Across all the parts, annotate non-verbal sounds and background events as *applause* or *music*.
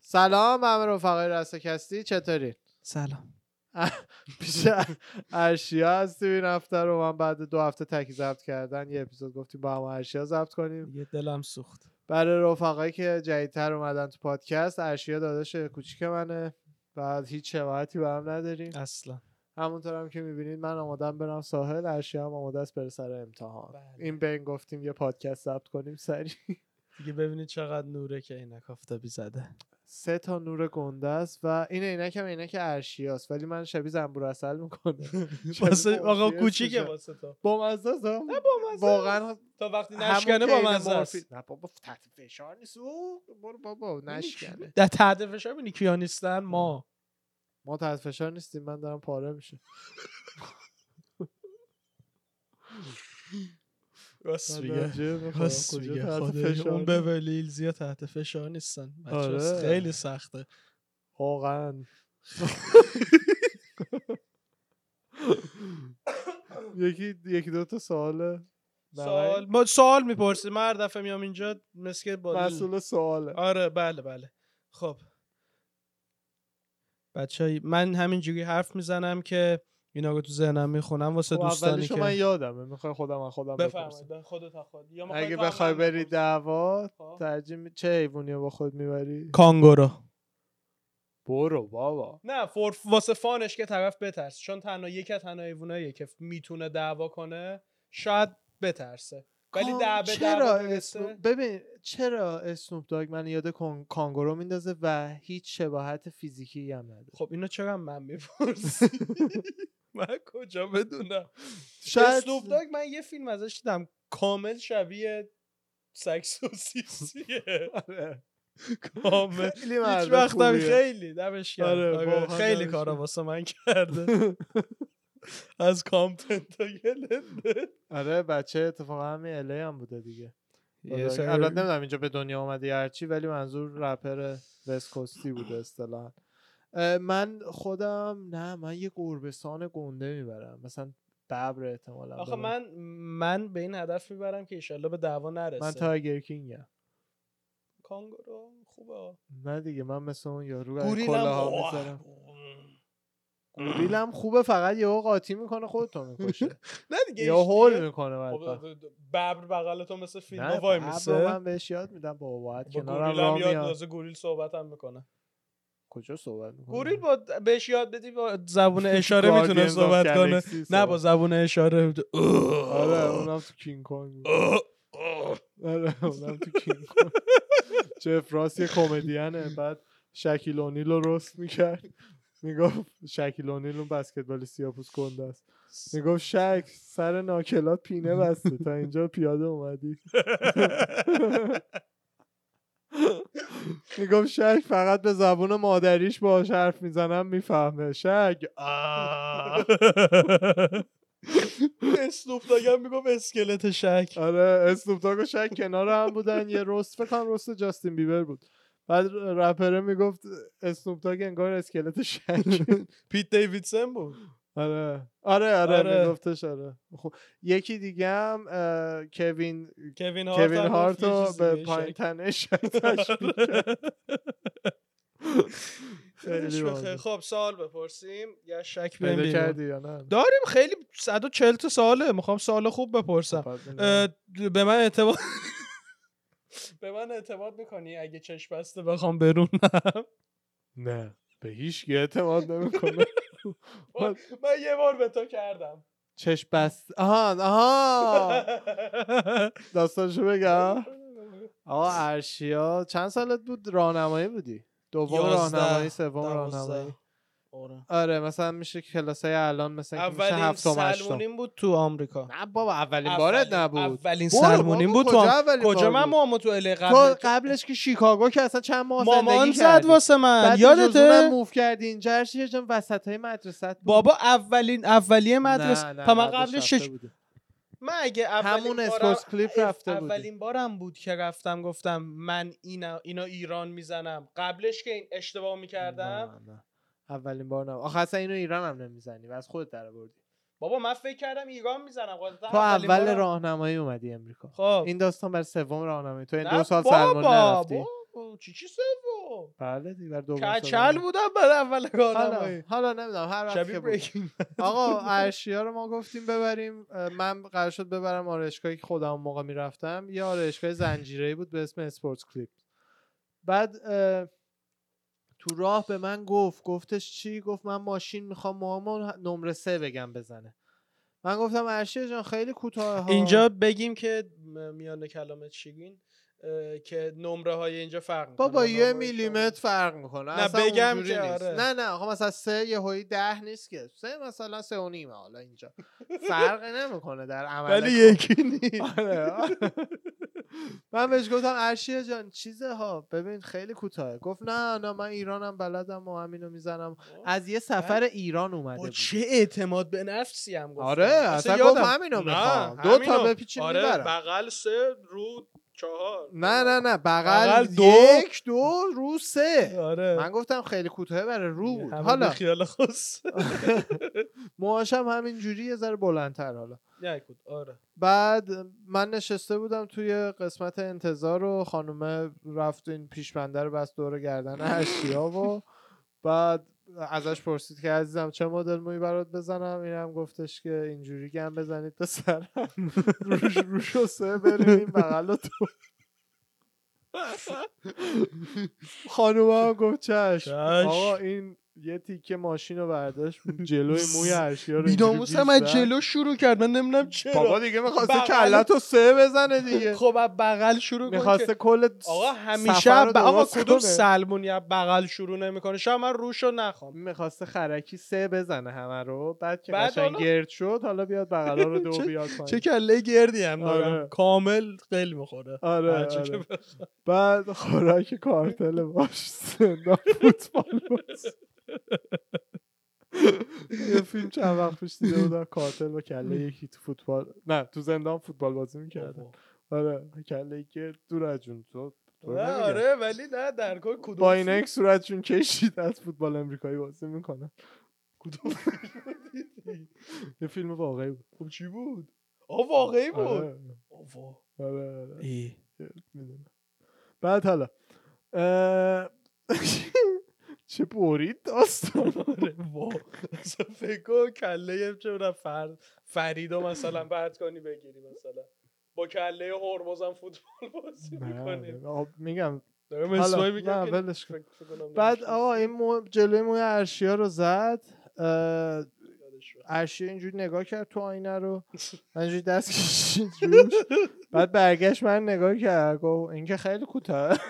سلام به همه رفقای رستکستی چطوری؟ سلام پیش ارشیا هستیم این هفته رو من بعد دو هفته تکی ضبط کردن یه اپیزود گفتیم با هم ارشیا ضبط کنیم یه دلم سوخت برای رفقایی که جدیدتر اومدن تو پادکست ارشیا داداش کوچیک منه بعد هیچ شباهتی به هم نداریم اصلا همونطور هم که میبینید من آمادم برم ساحل ارشیا هم آماده است بره سر امتحان این بین گفتیم یه پادکست ضبط کنیم سری دیگه ببینید چقدر نوره که عینک آفتابی زده *laughs* سه تا نور گنده است و این عینک هم عینک ارشیاست ولی من شبیه زنبور عسل *laughs* میکنه واسه آقا مافیاست کوچیکه بشه. واسه تو بامزه است ها؟ نه با مزه واقعا است. تا وقتی همون نشکنه با کیل مزه مورفین. است نه بابا تحت فشار نیست او برو بابا نشکنه در تحت فشار بینی کیا نیستن آره. ما ما تحت فشار نیستیم من دارم پاره میشه راست میگه راست میگه خدای اون ببلیل زیاد تحت فشار نیستن آره. بچه خیلی سخته *laughs* واقعا یکی یکی دو تا سواله سوال ما سوال میپرسیم من هر دفعه میام اینجا مثل که با مسئول سواله آره بله بله خب بچه من همینجوری حرف میزنم که اینا رو تو ذهنم میخونم واسه خب دوستانی اولیشو من که یادمه میخوای خودم از خودم بپرسم بفرمایید خودت از خود یا می‌خوای اگه تو هم بخوای من بری بپرسم؟ دعوا خب. ترجیح می- چه حیوانی رو با خود میبری کانگورو برو بابا نه فور واسه فانش که طرف بترس چون تنها یک از تنها حیواناییه که میتونه دعوا کنه شاید بترسه ولی کان- دعوا به چرا دعوا اسنوپ برسه ببین چرا اسنوپ داگ من یاد کان- کانگورو میندازه و هیچ شباهت فیزیکی هم نداره *laughs* خب اینو چرا من میپرسی *laughs* من کجا بدونم شاید اسنوپ داگ من یه فیلم ازش دیدم کامل شبیه سکس و سیسیه *laughs* آره. کامل خیلی هیچ مرد وقتم خوبیه. خیلی دمش گرم آره، آره، واقعا خیلی دمش کارا گرم. واسه من کرده *laughs* از کامپتن تا گلنده آره بچه اتفاقا همین اله هم بوده دیگه یه البته سری- نمیدونم اینجا به دنیا آمده یا هرچی ولی منظور رپر وستکوستی بوده اصطلاحا اه، من خودم نه من یه گربسان گنده میبرم مثلا ببر احتمالا آخه ببرم. من من به این هدف میبرم که ایشالله به دعوا نرسه من تایگر کینگم کانگورو خوبه نه دیگه من مثل اون یارو از گوریلم کلاها اوه. *clears throat* می‌ذارم. گوریلم خوبه فقط یهو قاطی میکنه خودتو *laughs* میکشه نه دیگه یا هیچ هول دیگه. میکنه خب، بعد ببر بغل تو مثل فیلم آره. نه وای ببر رو میسه من بهش یاد میدم بابا باید با کنارم گوریل هم راه یاد میاد نازه گوریل صحبت هم میکنه کجا صحبت میکنه گوریل با بهش یاد بدی با *laughs* زبون اشاره میتونه صحبت کنه نه با زبون اشاره آره اونم تو کینگ کانگ بود. آره اونم تو کینگ کانگ جف راس یه کمدینه بعد شکیل اونیل رو رست میکرد میگفت شکیل اونیل اون بسکتبال سیاپوس کنده است میگفت شک سر ناکلات پینه بسته تا اینجا پیاده اومدی *laughs* میگفت شک فقط به زبون مادریش باهاش حرف میزنم میفهمه شک آه. *laughs* اسنوپ داگم میگم اسکلت شک آره اسنوپ داگ و شک کنار هم بودن یه رست فکر کنم رست جاستین بیبر بود بعد رپره میگفت اسنوپ داگ انگار اسکلت *laughs* شک پیت دیویدسن بود آره آره آره, آره. میگفتش آره خب یکی دیگه هم اه، کوین کوین هارت کوین هم هارت گفت یه رو چیز به دیگه، پایین شک. *laughs* تنه شک تشبیه *laughs* کرد. آره. خیلی خیلی باحال. خب سوال بپرسیم یا شک بهم پیدا بگو. کردی یا نه داریم خیلی 140 تا ساله میخوام سوال خوب بپرسم خب، اه، د- به من اعتماد *laughs* به من اعتماد میکنی اگه چشم بسته بخوام برونم نه به هیچ کی اعتماد *laughs* نمیکنه *laughs* من یه بار به تو کردم چش بست آها *laughs* آها *laughs* داستانشو بگم آقا ارشیا چند سالت بود راهنمایی بودی دوم یازده، راهنمایی سوم دوازده. راهنمایی آره. آره مثلا میشه که کلاسای الان مثلا که میشه اولین هفتم هشتم سلمونیم بود تو آمریکا نه بابا اولین بارت اولین- نبود اولین برو بابا، سلمونیم بود تو کجا آم- اولین کجا بار من بود؟ ماما تو اله تو قبل قبلش که شیکاگو که اصلا چند ماه مامان زندگی زد کردی واسه من بعد جزونم یادته موف کردی اینجا هرچی جان وسط های مدرسه بابا اولین اولیه مدرسه تا من قبل شش من اگه اولین همون بارم- اسپورس کلیپ رفته بودی. اولین بارم بود که رفتم گفتم من اینا اینا ایران میزنم قبلش که این اشتباه میکردم اولین بار نه آخه اصلا اینو ایران هم نمیزنی و از خودت در آوردی بابا من فکر کردم ایران میزنم قاعدتا تو اولین اول بارم- راهنمایی اومدی امریکا خب این داستان بر سوم راهنمایی تو این نه دو سال بابا، سلمان نرفتی بابا. بود چی چی سوم بله دیگه بر دوم کچل بودم بعد اول حالا کارم حالا نمیدونم هر وقت شبیه که بود. بریکینگ آقا ارشیا رو ما گفتیم ببریم اه، من قرار شد ببرم آرایشگاهی که خودم اون موقع میرفتم یه آرایشگاه زنجیره‌ای بود به اسم اسپورت کلیپ بعد اه، تو راه به من گفت گفتش چی گفت من ماشین میخوام مامان نمره سه بگم بزنه من گفتم ارشیا جان خیلی کوتاه ها اینجا بگیم که م- میان کلامت چیگین اه، که نمره های اینجا فرق میکنه بابا یه میلیمتر فرق میکنه نه، اصلا بگم اونجوری که نیست. آره. نه نه آقا مثلا سه یه هایی ده نیست که سه مثلا سه و نیمه حالا اینجا فرق نمیکنه در عمل ولی کار. یکی نیست آره آره. من بهش گفتم ارشیا جان چیزه ها ببین خیلی کوتاهه گفت نه نه من ایرانم بلدم و همینو میزنم از یه سفر ایران اومده با بود چه اعتماد به نفسی هم گفتم آره اصلا گفت یادم- همینو نه، میخوام دو تا همینو. بپیچیم آره میبرم بغل سه رو چهار نه نه نه بغل بغل دو دو. یک دو رو سه آره من گفتم خیلی کوتاه برای رو بود همه حالا به خیال خاص موهاشم همینجوری یه ذره بلندتر حالا نه بود *laughs* آره بعد من نشسته بودم توی قسمت انتظار و خانومه رفت این پیشبنده رو بس دور گردن اشیا و بعد ازش پرسید که عزیزم چه مدل موی برات بزنم اینم گفتش که اینجوری گم بزنید به سرم روش روش و سه بریم این بغل و تو خانومه هم گفت چشم چشم. آقا این یه تیکه ماشین رو برداشت جلوی موی اشیا رو اینجوری بیداموس هم از گیج زد. جلو شروع کرد من نمیدونم بابا چرا دیگه میخواسته بغل- کلتو سه بزنه دیگه خب از بغل شروع کن که- میخواسته کل س- آقا همیشه سفر رو ب... آقا درست کدوم کنه. سلمونی از بغل شروع نمیکنه شاید من روشو نخوام میخواسته خرکی سه بزنه همه رو بعد که بعد قشنگ حالا- گرد شد حالا بیاد بغلا رو دو *laughs* چه- بیاد چه پایین کله گردی هم دارم آره. کامل قل میخوره آره، آره. بعد خوراک کارتل باش *laughs* زندان فوتبال باز یه فیلم چند وقت پیش دیده بودم کارتل با کله یکی تو فوتبال نه تو زندان فوتبال بازی میکردن آره کله که دور از جون تو تو نه نمیگم. آره ولی نه در کل کدوم با این یک صورتشون کشید از فوتبال امریکایی بازی میکنن *laughs* کدوم یه فیلم واقعی بود خب چی بود آ واقعی بود آره، آوا. آره، آره، ای. می‌دونم. بعد حالا اه، *laughs* چه برید *laughs* داستان آره وا اصلا فکر کن کله چه می‌دونم فر... فریدو مثلا بعد کنی بگیری مثلا با کله هرمزم فوتبال بازی میکنی نه، آب- میگم دارم حالا، اسمایی نه، میگم که ولش کن. فکر- فکر کنم بعد نمی‌شناسی. آقا این مو... جلوی موی ارشیا رو زد اه، یادش رفت. ارشیا اینجوری نگاه کرد تو آینه *laughs* رو من اینجوری دست کشید روش بعد برگشت من نگاه کرد گفت این که خیلی کوتاه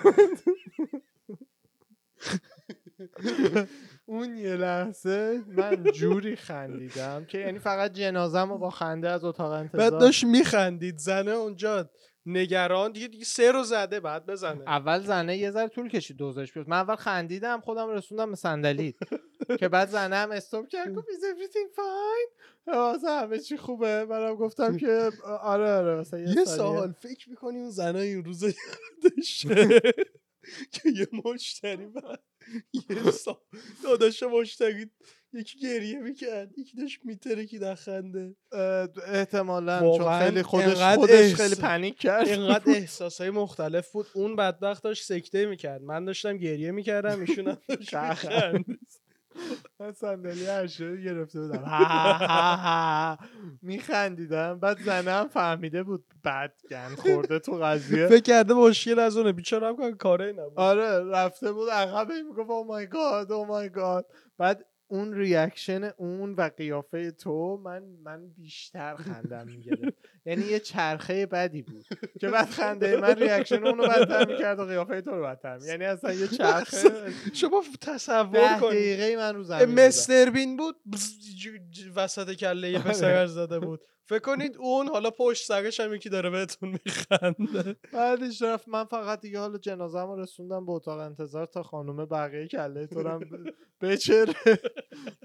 اون یه لحظه من جوری خندیدم که یعنی فقط جنازم رو با خنده از اتاق انتظار بعد داشت میخندید زنه اونجا نگران دیگه دیگه سه رو زده بعد بزنه اول زنه یه ذره طول کشید دوزش بیفت من اول خندیدم خودم رسوندم به صندلی که بعد زنه هم استوب کرد گفت is everything fine واسه همه چی خوبه منم گفتم که آره آره مثلا یه, یه ثانیه. سوال فکر میکنی اون زنه این روزا یادشه *laughs* که یه مشتری بعد یه سال داداش مشتری یکی گریه میکرد یکی داشت میترکی در خنده اه، احتمالا چون واقعاً خیلی خودش انقدر خودش احس- خیلی پنیک کرد *laughs* اینقدر احساس های مختلف بود اون بدبخت داشت سکته میکرد من داشتم گریه میکردم ایشون هم *laughs* داشت می‌خندید. من صندلی عرشه رو گرفته بودم *laughs* ها، ها، ها. میخندیدم بعد زنم فهمیده بود بد گند خورده تو قضیه *laughs* فکر کرده مشکل از اونه بیچاره هم کار- کاره نبود آره رفته بود عقب هی میگفت "Oh او مای گاد او مای گاد بعد اون ریاکشن اون و قیافه تو من من بیشتر خندم میگرفت یعنی یه چرخه بدی بود که بعد خنده من ریاکشن اونو بدتر میکرد و قیافه تو رو بدتر می‌کرد. یعنی اصلا یه چرخه شما ده تصور کنید دقیقه من رو زمین بودم. مستر بین بود بز- ج- ج- وسط کله یه پسر زده بود فکر کنید اون حالا پشت سرش هم یکی داره بهتون میخنده بعدش رفت من فقط دیگه حالا جنازه رو رسوندم به اتاق انتظار تا خانم بقیه کله تو رو هم ب- بچره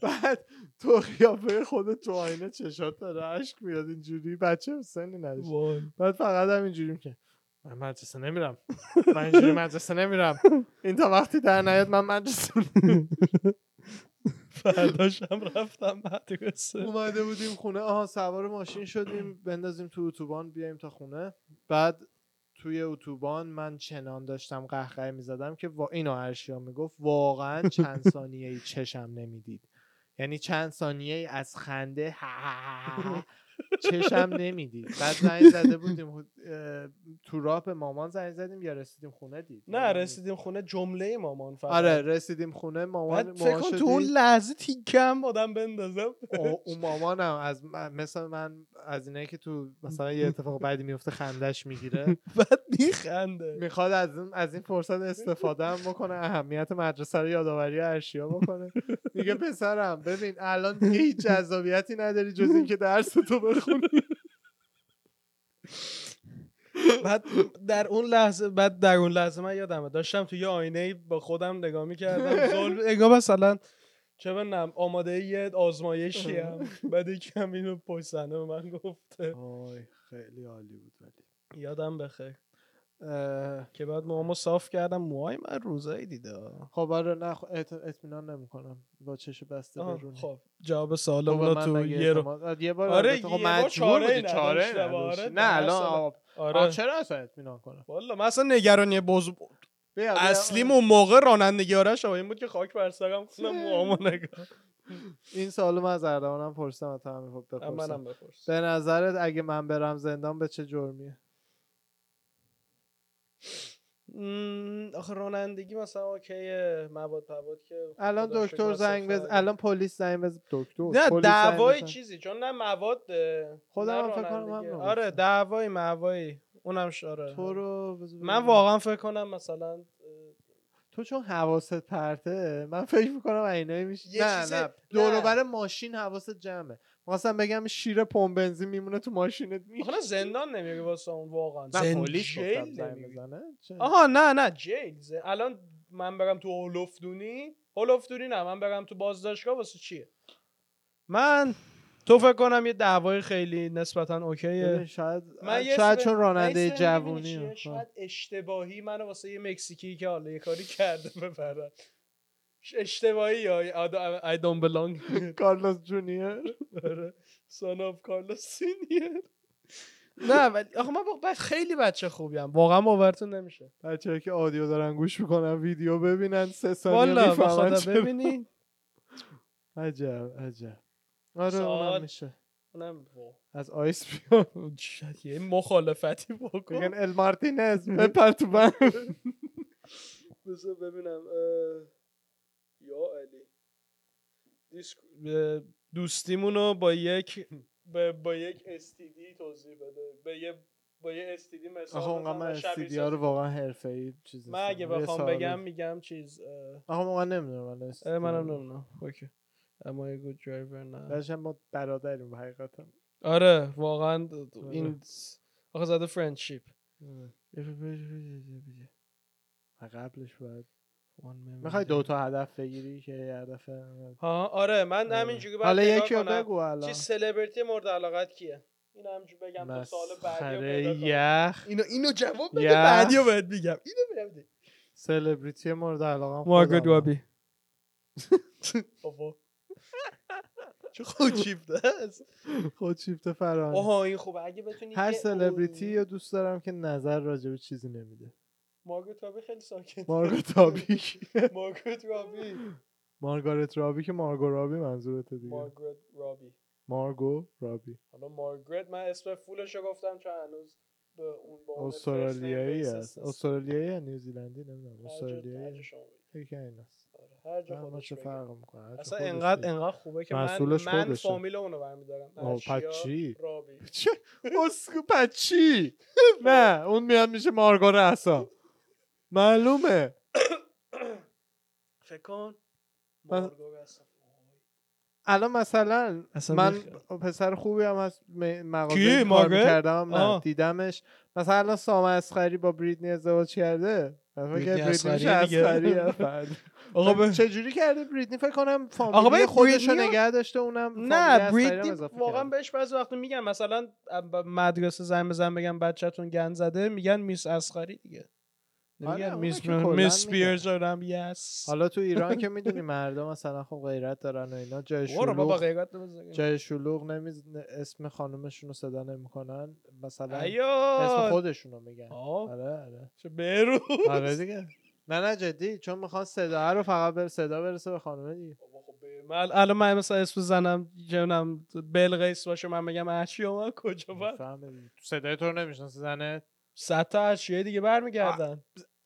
بعد تو قیافه خودت تو آینه چشات داره اشک میاد اینجوری بچه سنی نداشت بعد فقط هم اینجوری میگه من مدرسه نمیرم من اینجوری مدرسه نمیرم این تا وقتی در نیاد من مدرسه نمیرم. فرداش هم رفتم مدرسه اومده بودیم خونه آها سوار ماشین شدیم بندازیم تو اتوبان بیایم تا خونه بعد توی اتوبان من چنان داشتم قهقه میزدم که وا... اینو ارشیا میگفت واقعا *laughs* چند ثانیه ای چشم نمیدید یعنی چند ثانیه ای از خنده چشم نمیدید بعد زنگ زده بودیم اه، تو راه به مامان زنگ زدیم یا رسیدیم خونه دید یعنی نه رسیدیم خونه جمله مامان فقط آره رسیدیم خونه مامان بعد فکر مامان کن شدی. تو اون لحظه تیکم آدم بندازم او اون مامانم از من- مثل من از اینایی که تو مثلا یه اتفاق بعدی میفته خندش میگیره بعد میخنده میخواد از این از این فرصت استفاده هم بکنه اهمیت مدرسه رو یادآوری ارشیا بکنه میگه پسرم ببین الان دیگه هیچ جذابیتی نداری جز اینکه درس تو بخونی بعد در اون لحظه بعد در اون لحظه من یادمه داشتم تو یه آینه با خودم *laughs* نگاه میکردم زل انگار مثلا چه بدونم آماده یه آزمایشی هم بعد یکم اینو پشت صحنه به من گفته آی خیلی عالی بود ولی یادم بخیر که بعد موامو صاف کردم موهای من روزایی دیده آه. خب آره نه خب، اعت- اطمینان نمیکنم با چش بسته آه، برونی خب جواب تو به سوالم من رو تو مگه یه رو اعتماد- آه، یه بار آره، البته یه خب بار مجبور چاره بودی، نداشته، چاره آره، نداشتی. در نه الان اصل- آب آه، آره چرا اصلا اطمینان کنم والا من اصلا نگرانی بز... بیا، آره. بیا. اصلیم اون موقع رانندگی آرش این بود که خاک بر سرم کنم چه؟ موامو نگاه این سوالو من از اردوانم پرسیدم و تو هم خب هم بپرسم منم بپرس به نظرت اگه من برم زندان به چه جرمیه مم، آخه رانندگی مثلا اوکی مواد پواد که الان خدا شکر دکتر زنگ صفر بز الان پلیس زنگ بز دکتر نه خب، پلیس زنگ دعوای بزن. چیزی چون نه مواد خودم نه هم فکر کنم رانندگی. همینو گفتم. آره دعوای موایی اونم شاره تو رو بذار من ببینم. واقعا فکر کنم مثلا اه، تو چون حواست پرته من فکر میکنم عینایی میشه یه نه چیز- نه نه. دور و بر ماشین حواست جمعه مثلا بگم شیر پمپ بنزین میمونه تو ماشینت میشه آخه زندان نمیری واسه اون واقعا نه زن- پلیس جیل گفتم زنگ نمیری. بزنه چه؟ آها نه نه جیل زن- الان من برم تو هولفدونی هولفدونی نه من برم تو بازداشتگاه واسه چیه من تو فکر کنم یه دعوای خیلی نسبتا ببین، اوکیه شاید من یه شاید سن- چون راننده من یه سن می‌بینی جوونی چیه؟ شاید اشتباهی منو واسه یه مکزیکی که حالا یه کاری کرده ببرن ش- اشتباهی یا I don't- I don't belong *laughs* کارلوس جونیور *laughs* آره سان آف کارلوس سینیر نه ولی آخه من با- خیلی بچه خوبیم واقعا باورتون نمیشه بچه‌ها که آدیو دارن گوش میکنن ویدیو ببینن سه ثانیه والا به میفهمن خدا چه- ببینی عجب عجب آره سوال. اونم میشه اونم از آیس بیان شاید یه مخالفتی بکن میگن ال مارتینز بپر تو بم بذار ببینم اه، یا علی دیسک- اه، دوستیمون رو با یک به- با یک استیدی توضیح بده به یه با یه استیدی مثال آخه اونقدر بزن و من شبیه استیدیا رو سازی. واقعا حرفه‌ای چیز من اگه نیستم. یه بخوام سوال. بگم میگم چیز اه، آخه واقعا نمیدونم من اه، استیدیا منم رو. نمیدونم اوکی اما یه گود درایور نه داشتم ما برادریم حقیقتا آره واقعا آره. این آخه زده فرندشیپ و قبلش باید میخوای میخوای دو تا هدف بگیری که یه هدف ها آره من آره. همینجوری باید حالا نگاه یکی رو کنم. بگو الان چی سلبریتی مورد علاقت کیه این همینجوری بگم تو سال بعدی رو مسخره پیدا کنم. یخ اینو اینو جواب بده یخ. بعدی رو بهت میگم اینو بهم بده سلبریتی مورد علاقه *laughs* بابا چه خود شیفته است خود شیفت فرهانی آها این خوبه اگه بتونی هر یه- سلبریتی رو دوست دارم که نظر راجع به چیزی نمیده مارگوت رابی خیلی ساکت *laughs* مارگوت رابی مارگوت رابی مارگارت رابی که مارگو رابی منظورته دیگه مارگوت رابی مارگو رابی حالا مارگرت من اسم فولش رو گفتم چون هنوز به اون با اون first name استرالیایی basis هست نیست. استرالیایی یا نیوزیلندی نمیدونم هر جا- هر جا استرالیایی شما بگی. یکی این هست آره، هر جا اما خودش چه بگه. فرق میکنه اصلا انقدر انقدر خوبه که من مسئولش من خودشه. فامیل اونو برمیدارم آه، اشیا، پس چی؟ رابی چه اسکو پچی نه اون میاد میشه مارگو رسا معلومه فکر کن من- مارگو هستم. الان مثلا اصلا من بیخ- پسر خوبی هم هست م- کی؟ مغازه مارگرت؟ کردم نه آه. دیدمش مثلا الان سام اسخری با بریدنی ازدواج کرده من فکر بریتنی کردم بریتنی میشه اصغریه دیگه. اصغری *laughs* هم. آقا به- چجوری کرده بریتنی فکر کنم آقا فامیلی به خودش رو بریتنی هم- نگه داشته اونم نه بریتنی واقعا بهش بعضی وقتا میگن مثلا ب- مدرسه زن بزن بگن بچهتون گن زده میگن میس اسخری دیگه آره، نمیگن اونا میس که کلاً میس بیرز آرم یس حالا تو *laughs* ایران که میدونی مردم مثلا خب غیرت دارن و اینا جای برو بابا شلوغ قیقت نمیزنگیم جای شلوغ نمیز... اسم خانومشون رو صدا نمیکنن مثلا اسم ایو خودشون رو میگن آره آره چه برو آره دیگه نه نه جدی چون میخوان صدا رو فقط بر صدا برسه به خانومه دیگه بابا خب به من الان من مثلا اسم زنم جونم بلقیس باشه من بگم اشیا من کجا بر می‌فهمه دیگه. تو صدای تو رو نمیشناسه زنه صد تا اشیای دیگه برمیگردن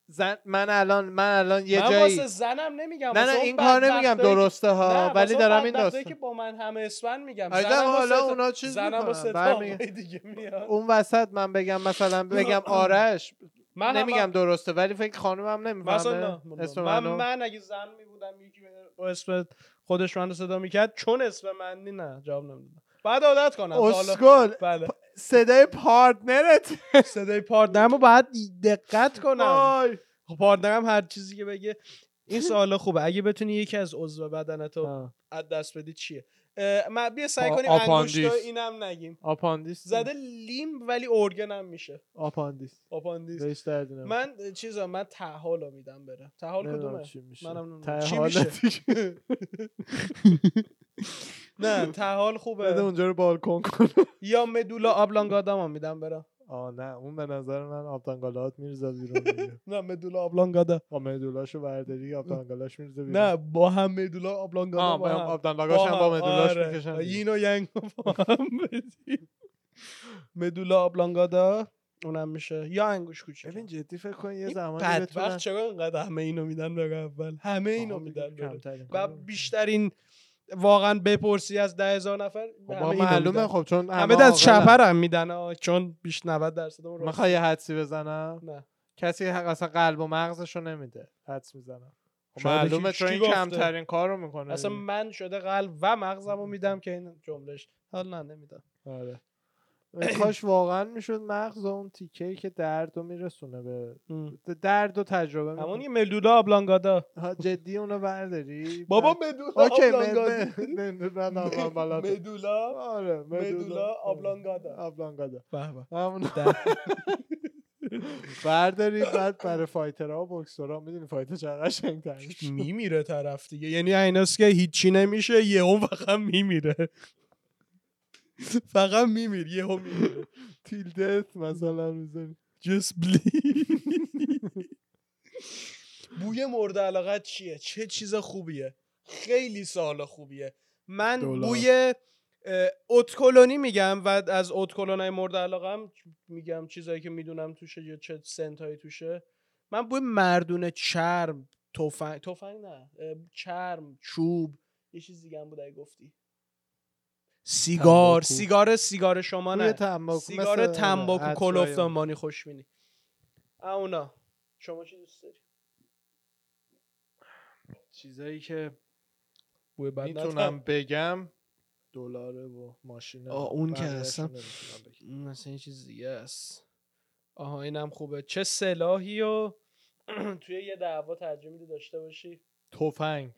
زن من الان من الان یه من جایی واسه زنم نمیگم نه نه واسه این اون کار بدبختایی نمیگم که- درسته نه، ها واسه ولی اون دارم این بدبختایی داستان که با من همه اسفن میگم آره، زنم با حالا صدا- اونا چیز زنم با می‌کنن، صدا برمیگه. آقای دیگه میاد اون وسط من بگم مثلا بگم آرش من هم- نمیگم درسته ولی فکر خانومم مثلا نمیفهمه نه، اسم من منو من اگه زن می بودم یکی به- با اسم خودش منو صدا میکرد چون اسم منی نه جواب نمیدادم بعد عادت کنم تا حالا- اسکل بله صدای پارتنرت صدای پارتنرم رو باید دقت کنم وای. خب پارتنرم هر چیزی که بگه این سوال خوبه اگه بتونی یکی از عضو بدنت رو آه. از دست بدی چیه اه، من بیا سعی آ- کنیم آپاندیس. انگشتا اینم نگیم آپاندیس زده لیم ولی ارگن هم میشه آپاندیس آپاندیس بهش دردی نمی‌کنه. من چیزا من تحالا میدم بره تحال نمی‌دونم کدومه چی میشه منم نمی‌دونم. ته چی حالتی که- نه تحال بده خوبه اونجا رو بالکن کن یا مدولا آبلانگادا هم میدم برم آه نه اون به نظر من آبتانگالات میرزا بیرون دیگه. نه مدولا آبلانگادا با مدولاشو برداری آبتانگالاش میرزا بیرون نه با هم مدولا آبلانگادا آه با هم. آبتانگالاش هم با مدولاش آره. میکشن دیگه. یین و ینگ رو با هم بدی. مدولا آبلانگادا اونم میشه یا انگوش کوچیک ببین جدی فکر کن یه این زمانی بدبخت چرا اینقدر همه اینو میدن بره اول همه اینو میدن بره و بیشترین واقعا بپرسی از ده هزار نفر همه خب، با اینو معلومه میدن. خب چون همه دست چپر هم میدن آه، چون بیش 90 درصد اون راست. میخوای حدسی بزنم نه کسی حق اصلا قلب و مغزشو نمیده حدس میزنم خب شاید یکی- معلومه چون کی این گفته؟ کمترین کار رو میکنه اصلا من شده قلب و مغزمو میدم که این جملهش حالا نه نمیدم آره *clears throat* کاش واقعا میشد مغز و اون تیکه ای که درد رو میرسونه به درد و تجربه همون میکنه یه ملولا آبلانگادا جدی اونو برداری بابا بعد- مدولا اوکی آبلانگادا *laughs* من مدولا آره مدولا آبلانگادا آبلانگادا به به. همون در- *laughs* برداری بعد برای فایترها و بوکسورها میدونی فایتر چقدر قشنگ میمیره طرف دیگه یعنی ایناست که هیچی نمیشه یه هم فقط میمیره فقط میمیر یه هم میمیره تیل دت مثلا میزنی Just *laughs* believe. بوی مورد علاقت چیه چه چیز خوبیه خیلی سال خوبیه من دلار. بوی اه، اتکلونی میگم و از اتکلونای مورد علاقم میگم چیزایی که میدونم توشه یا چه سنتایی توشه من بوی مردونه چرم تفنگ تفنگ نه اه، چرم چوب یه چیز دیگه هم بود اگه گفتی سیگار تنباکو. سیگار سیگار شما بوی نه تنباکو آره. سیگار مثل تنباکو عطرهای کلوفتان مانی خوش مینی اونا شما چی دوست داری چیزایی که بوی اون. بد میتونم بگم دلاره و ماشینه آه، اون که بقیه‌اش اصلا- رو نمیتونم بگم. مثلا یه چیز دیگه است آها اینم خوبه چه سلاحی و *clears throat* توی یه دعوا ترجمه داشته باشی تفنگ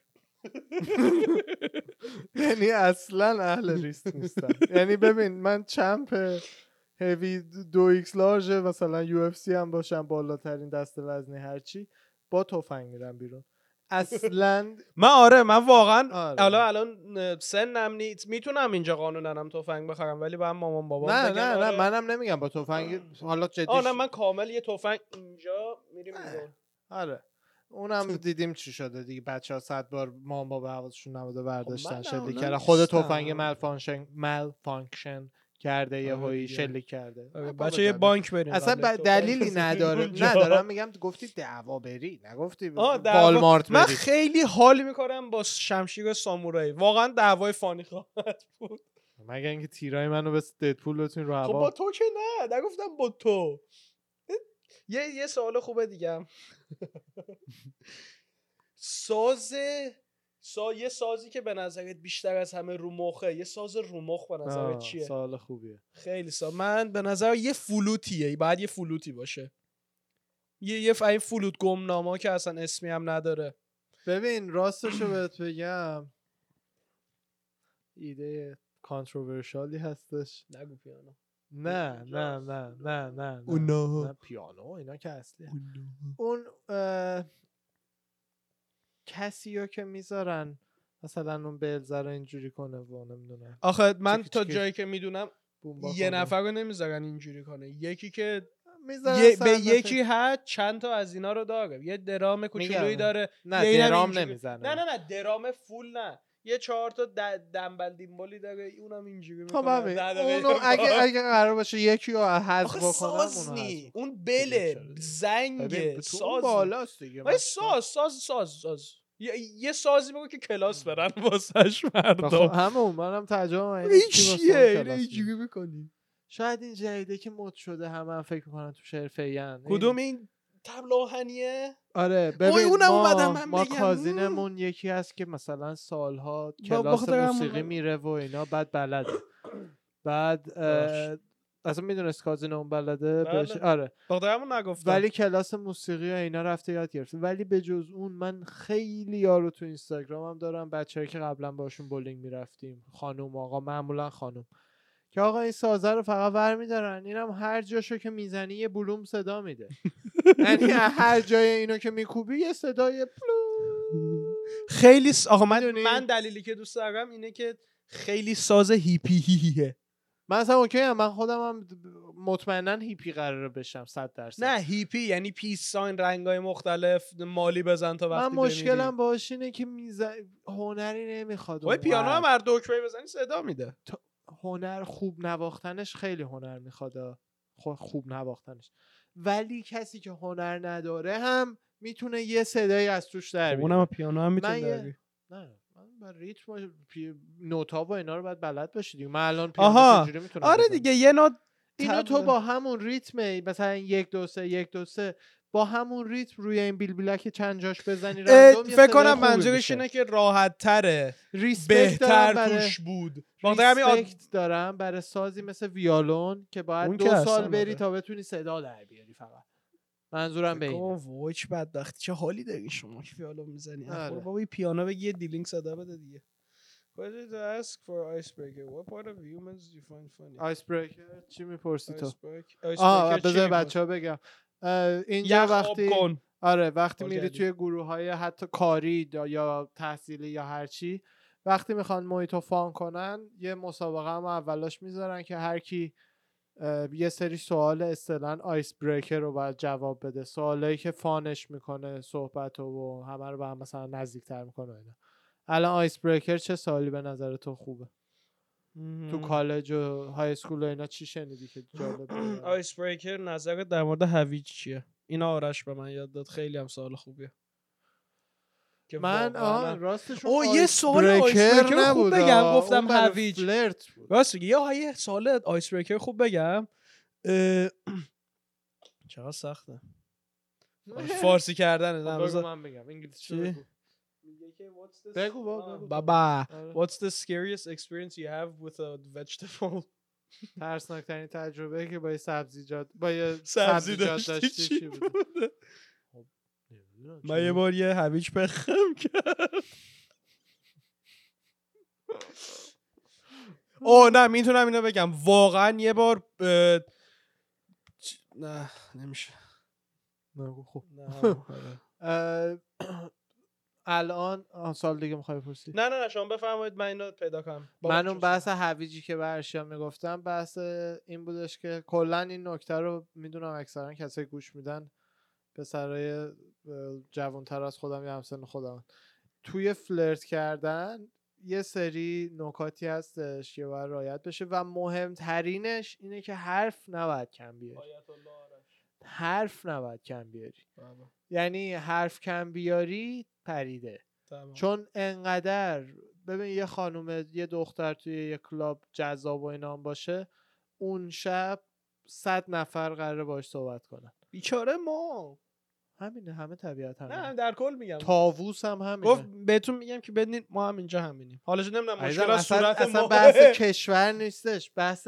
*laughs* یعنی اصلا اهل ریسک نیستم یعنی ببین من چمپ هیوی دو ایکس لارژ مثلا یو اف سی هم باشم بالاترین دست وزنی هرچی با تفنگ میرم بیرون اصلا من آره من واقعا آره. حالا الان سنم نیست میتونم اینجا قانوننم تفنگ بخرم ولی با هم مامان بابا آره. نه نه نه منم نمیگم با تفنگ حالا آره. آه نه جدی من کامل یه تفنگ اینجا میریم اینجا آره اونم دیدیم چی شده دیگه بچه ها صد بار ما با به حواسشون نبوده برداشتن خب، من شلیک اونا کردن خود نیستم. تفنگ مل فانکشن مل فانکشن کرده یه آره هایی دیگه. شلیک کرده من بابا آره، بچه یه جان، بانک بریم آره، اصلا قبل ب- تو. دلیلی بریم *laughs* نداره اونجا. ندارم میگم گفتی دعوا بری نگفتی آه، دعوا. والمارت من بری خیلی حال میکنم با شمشیر سامورایی واقعا دعوای فانی خواهد بود مگه اینکه تیرای منو به ددپول بتونی رو خب با هوا تو که نه نگفتم با تو یه یه سوال خوبه دیگه ساز سا... یه سازی که به نظرت بیشتر از همه رو مخه یه ساز رو مخ به نظرت آه، چیه سوال خوبیه خیلی سا من به نظر یه فلوتیه باید یه فلوتی باشه یه یه ف... این فلوت گمناما که اصلا اسمی هم نداره ببین راستشو بهت بگم ایده کانتروورشالی هستش نگو پیانو نه نه نه نه نه نه اونا نه پیانو و اینا که اصلیه اون اه، کسی رو که میذارن مثلا اون بلزه رو اینجوری کنه و نمیدونم آخه من چکی تا چکی. جایی که میدونم بومبا یه کنه. نفر رو نمیذارن اینجوری کنه یکی که می‌ذارن یه- سر به دفعه- یکی هست چند تا از اینا رو داره یه درام کوچولویی میگم. داره نه یه اینم درام اینجوری. نمیزنه نه نه نه درام فول نه یه چهار تا د- دنبل دیمبالی داره اونم اینجوری میکنه خب همین. اونو اگه اگه قرار باشه یکی رو حذف آخه بکنم ساز اونو حذف نی می‌کنم. اون ببین بله چرا دیگه. ببین، زنگ تو ساز اون نی. بالاست دیگه وای من- ساز ساز ساز ساز یه, یه سازی بگو که کلاس برن واسهش مردم آخه همون منم ترجمه من این چی واسه اون چیه کلاس اینو می‌گم. اینجوری میکنی شاید این جدیده که مد شده همه هم فکر میکنن تو حرفه‌این کدوم این تبل آهنیه آره ببین اونم اومدم ما, من ما بگم. کازینمون یکی هست که مثلا سالها با- با کلاس خاطر همون- خب. موسیقی میره و اینا بعد بلده بعد اه، ببخشید. اصلا میدونست کازینو اون بلده بله. بهش آره بادرمو نگفتم ولی کلاس موسیقی و اینا رفته یاد گرفته ولی به جز اون من خیلی یارو تو اینستاگرامم دارم بچه‌ای که قبلا باشون بولینگ میرفتیم خانم آقا معمولا خانم که آقا این سازه رو فقط ور میدارن اینم هر جاشو که میزنی یه بلوم صدا میده *laughs* یعنی از هر جای اینو که میکوبی یه صدای خیلی س... آقا من می‌دونی؟ من دلیلی که دوست دارم اینه که خیلی ساز هیپی هیهیه من اصلا اوکی هم. من خودم هم مطمئنا هیپی قراره بشم صد درصد نه هیپی یعنی پیس ساین رنگای مختلف مالی بزن تا من وقتی مشکلم باهاش اینه که میزن... هنری نمیخواد وای اون پیانو حرف. هم هر دکمه بزنی صدا میده هنر خوب نواختنش خیلی هنر میخواد خو- خوب نواختنش ولی کسی که هنر نداره هم میتونه یه صدایی از توش در بیاره پیانو هم می‌تونی داری. نه من با ریتم و پی... نوتا و اینا رو باید بلد باشی دیگه من الان پیانو آها. چجوری میتونم آره بزنم؟ دیگه یه نوت اینو طبله. تو با همون ریتم مثلا یک دو سه یک دو سه با همون ریتم روی این بیل بیلک چند جاش بزنی اه، رندوم یه فکر صدای کنم خوبی منظورش میشه. اینه که راحت تره ریسپکت دارم بهتر برای- توش بود وقتی همین آد- ریسپکت دارم برای سازی مثل ویالون که باید اون دو که سال اصلا بری آره. تا بتونی صدا در بیاری فقط منظورم به اینه آه، وای چه بدبختی چه حالی داری شما که پیانو میزنی آره. بابا این پیانو بگی یه دیلینگ صدا بده دیگه What did I ask for icebreaker? What part of humans do you find funny? آیس بریکر چی میپرسی تو Icebreak- آه icebreaker چی بذار می‌خوای؟ بچه ها بگم اه، اینجا یخ آب وقتی کن آره وقتی کار میری جدید. توی گروه های حتی کاری دا- یا تحصیلی یا هرچی وقتی میخوان محیط فان کنن یه مسابقه هم اولاش میذارن که هر کی اه، یه سری سوال اصطلاحا آیس بریکر رو باید جواب بده سوالایی که فانش میکنه صحبت و همه رو به هم مثلا نزدیکتر میکنه و اینا الان آیس بریکر چه سوالی به نظر تو خوبه تو *clears throat* کالج و های اسکول و اینا چی شنیدی که جالب بود؟ آیس بریکر نظرت در مورد هویج چیه اینا آرش به من یاد داد خیلی هم سوال خوبیه که من واقعاً آه من- راستش اوه، اون یه آیس سوال آیس بریکر بریکر رو خوب نبود، بگم، آه. گفتم اون برای هویج. فلرت بود. راست میگی یا یه سوال آیس بریکر خوب بگم اه، *clears throat* چقدر سخته فارسی کردن بگو بابا من بگم انگلیسی چی؟ بگو. بگو بابا، بگو. بابا آره. What's the scariest experience you have with a vegetable *laughs* ترسناکترین تجربه که با یه سبزیجات با یه سبزی سبزیجات داشتی چی بوده؟ بوده؟ نمی‌دونم من یه چی بار یه هویج پخم کرد او نه میتونم اینو بگم واقعا یه بار اه، چ- نه نمیشه بود. نگو، خب. *laughs* نه اه، *coughs* الان آه، سال دیگه میخوای بپرسی نه نه شما بفرمایید من اینو پیدا کنم بابا من اون چوز. بحث هویجی که برشیا میگفتم بحث این بودش که کلا این نکته رو میدونم اکثرا کسایی گوش میدن پسرای جوانتر از خودم یا همسن خودم توی فلرت کردن یه سری نکاتی هستش که باید رعایت بشه و مهمترینش اینه که حرف نباید کم بیاری آیت الله آرش. حرف نباید کم بیاری بابا، یعنی حرف کم بیاری پریده تمام. چون انقدر ببین یه خانم یه دختر توی یه کلاب جذاب و اینا هم باشه اون شب صد نفر قراره باش صحبت کنن بیچاره ما همینه همه طبیعت نه همینه در کل میگم تاووس هم آره. گفت همینه بهتون میگم که بدین ما هم اینجا همینیم حالا چه نمیدونم عزیزم، مشکل از اصلا, صورت اصلا ما *laughs* بحث کشور نیستش بحث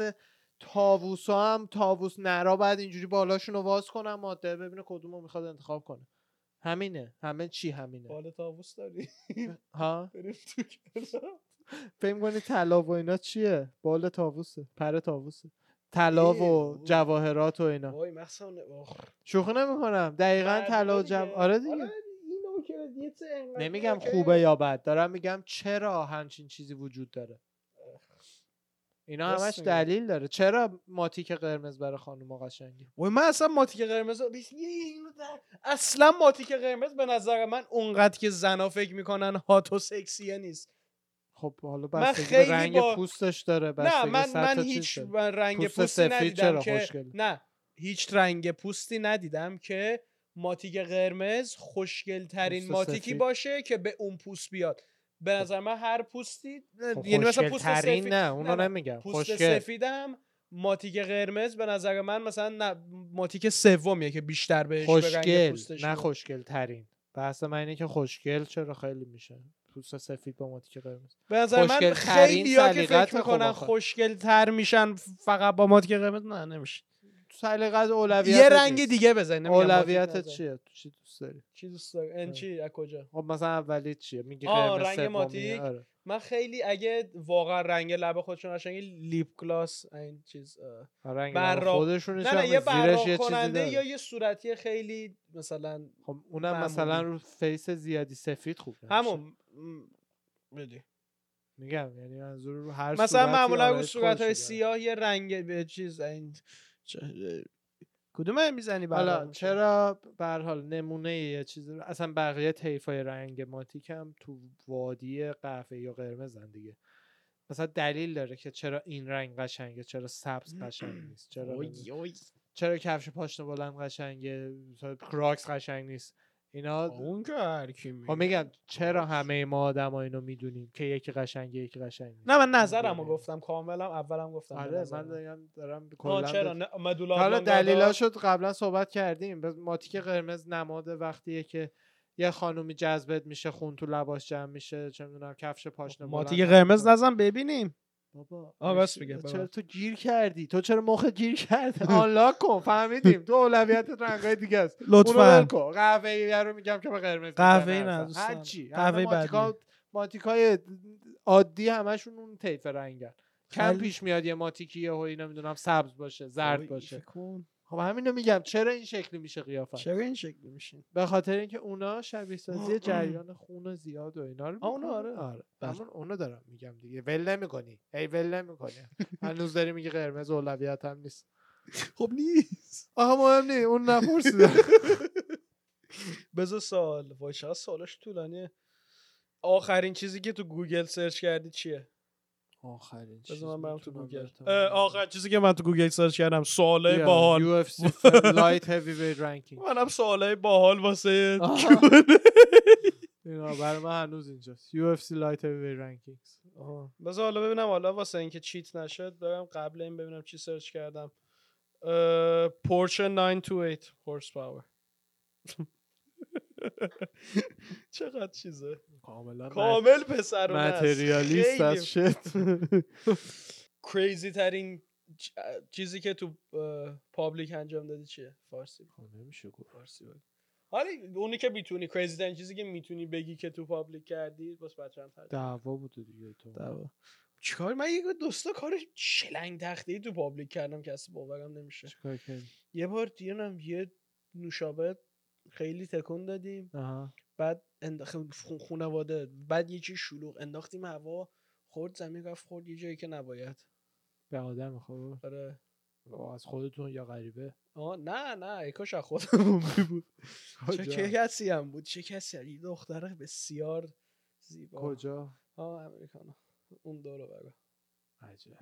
تاووس هم تاووس نرا بعد اینجوری بالاشون رو واز کنن ماده ببینه کدوم رو میخواد انتخاب کنه همینه همه چی همینه بال طاووس *laughs* داری ها بریم تو کنار. فکر کنی طلا و اینا چیه بال تاووسه پر تاووسه طلا و ایه. جواهرات و اینا وای مخصم آخ. شوخی نمیکنم دقیقا بعد طلا و دیگه. جواهر آره دیگه حالا اینو که یه چه انقدر نمیگم که- خوبه یا بد دارم میگم چرا همچین چیزی وجود داره اینا راست همش میگی. دلیل داره چرا ماتیک قرمز برای خانوما قشنگه وای من اصلا ماتیک قرمز بیس- یه اینو در- اصلا ماتیک قرمز به نظر من اونقدر که زنا فکر میکنن هات و سکسیه نیست خب حالا من بستگی به خیلی رنگ با- پوستش داره نه بستگی من صد من تا چیز هیچ داره. من رنگ پوست پوستی سفید ندیدم چرا که خوشگله؟ نه هیچ رنگ پوستی ندیدم که ماتیک قرمز خوشگل ترین پوست ماتیکی سفید. باشه که به اون پوست بیاد به نظر من هر پوستی خب یعنی مثلا پوست خوشگل‌ترین سفید نه اونو نه، نه. نمیگم پوست خوشگل سفید هم ماتیک قرمز به نظر من مثلا نه، ماتیک سومیه که بیشتر بهش به رنگ خوشگل پوستش نه میاد. خوشگل ترین بحث من اینه که خوشگل چرا خیلی میشه پوست سفید با ماتیک قرمز به نظر من خوشگل‌ترین خیلی ها که سلیقت فکر خوب میکنن آخه. خوشگل تر میشن فقط با ماتیک قرمز نه نمیشه سلیقت اولویت یه رنگ نیست. دیگه بزن نمیگم ماتیک اولویت نزن. چیه تو چی دوست داری چی دوست داری ان آره. چی از کجا خب مثلا اولی چیه میگی آه، قرمز رنگ سومیه. ماتیک. آره. من خیلی اگه واقعا رنگ لب خودشون قشنگه لیپ گلاس این چیز اه. آره، رنگ براق- خودشون نه نه یه زیرش یه براق چیزی کننده داره یا یه صورتی خیلی مثلا خب اونم معمولی. مثلا رو فیس زیادی سفید خوب نمیشه. همون م، بدی. میگم یعنی منظور رو هر مثلا صورتی معمولا رو آرایش صورت های خودشو داره. سیاه یه رنگ به چیز این چه- کدومه میزنی حالا چرا به هر حال نمونه یه چیز رو- اصلا بقیه طیفای رنگ ماتیک هم تو وادی قهوه یا قرمزن دیگه مثلا دلیل داره که چرا این رنگ قشنگه چرا سبز قشنگ *clears throat* نیست چرا نمی‌دونم. چرا کفش پاشنه بلند قشنگه مثلا کراکس قشنگ نیست اینا اون که هر کی خب میگم چرا همه ما آدم اینو میدونیم که یکی قشنگه یکی قشنگ نیست نه من نظرمو می‌دونی. گفتم کاملا اولم گفتم به آره من نظرم. دارم دارم آه، کلاً چرا به- نه، مدولا حالا آبلانگادا- دلیلا شد قبلا صحبت کردیم به ماتیک قرمز نماد وقتیه که یه خانومی جذبت میشه خون تو لباش جمع میشه چه میدونم کفش پاشنه بلند ماتیک خب، قرمز می‌کنه. نزن ببینیم بابا آه، این راست چی- میگه، چرا ببخش. تو گیر کردی تو چرا مخ گیر *laughs* کردی آنلاک کن فهمیدیم تو اولویت رنگای دیگه است اونو ول لطفا کن قهوه رو میگم که به قرمز قهوه‌ای می‌زنه نه، اصلا. دوست ندارم. هرچی قهوه‌ای بد ماتیکا نیست. ماتیکای عادی همشون اون طیف رنگن کم خیلی- پیش میاد یه ماتیکی یه هایی نمیدونم سبز باشه زرد باشه خب همینو میگم چرا این شکلی میشه قیافت چرا این شکلی میشین به خاطر اینکه اونا شبیه سازی جریان خون زیاد و اینا رو آه، اونا می‌کنن. آره. آره بله. همون اونا دارم میگم دیگه ول نمیکنی ای ول نمیکنی هنوز داری میگی قرمز اولویت هم نیست خب نیست آها مهم نیست اون نپرسیدم *laughs* بذار سال وای چقدر سالش طولانیه آخرین چیزی که تو گوگل سرچ کردی چیه آخرین بذار من برم تو گوگل اه، آخرین چیزی که من تو گوگل سرچ کردم سوالای با باحال UFC *laughs* ف- light heavyweight ranking منم سوالای باحال واسه آها. Q&A. *laughs* اینا برای من هنوز اینجاست UFC light heavyweight rankings آها. بذار حالا ببینم حالا واسه اینکه چیت نشد برم قبل این ببینم چی سرچ کردم اه، Porsche 928 هورس پاور *laughs* چقدر چیزه کاملا کامل پسرونه است. متریالیست خیلی از *laughs* شت کریزی ترین چ- چیزی که تو اه، پابلیک انجام دادی چیه فارسی خب، نمیشه گفت فارسی بگو. حالا اونی که میتونی کریزی ترین چیزی که میتونی بگی که تو پابلیک کردی بس بچه‌ام ترجمه دعوا بود دیگه تو دعوا چیکار من یه دوستا کار شلنگ تخته تو پابلیک کردم که اصلا باورم نمیشه چیکار کردی یه بار دیانم یه نوشابه خیلی تکون دادیم آها بعد انداخ... خون- خونواده بعد یه چی شلوغ انداختیم هوا خورد زمین رفت خورد یه جایی که نباید به آدم خب آره از خودتون یا غریبه آه نه نه ای کاش از خودمون می بود چه کجا؟ کسی هم بود چه کسی هم. یه دختر بسیار زیبا کجا آه امریکانا اون دورو بگو عجب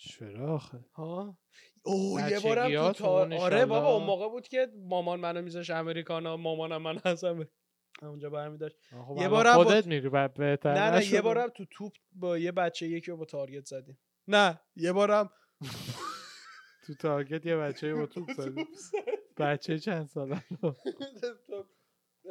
چرا آخه ها او یه بچگی بارم تو هاتون تا... آره بابا اون انشالله. موقع بود که مامان منو میذاش امریکانا مامانم من از امر- اونجا برمیداشت آه، خب یه الان بارم با- خودت میری بعد بهتر نه نه یه نشده؟ بارم تو توپ با یه بچه یکی رو با تارگت زدیم نه یه *laughs* بارم تو تارگت یه بچه با *laughs* توپ زدی توپ زدیم. بچه چند آره ساله تو-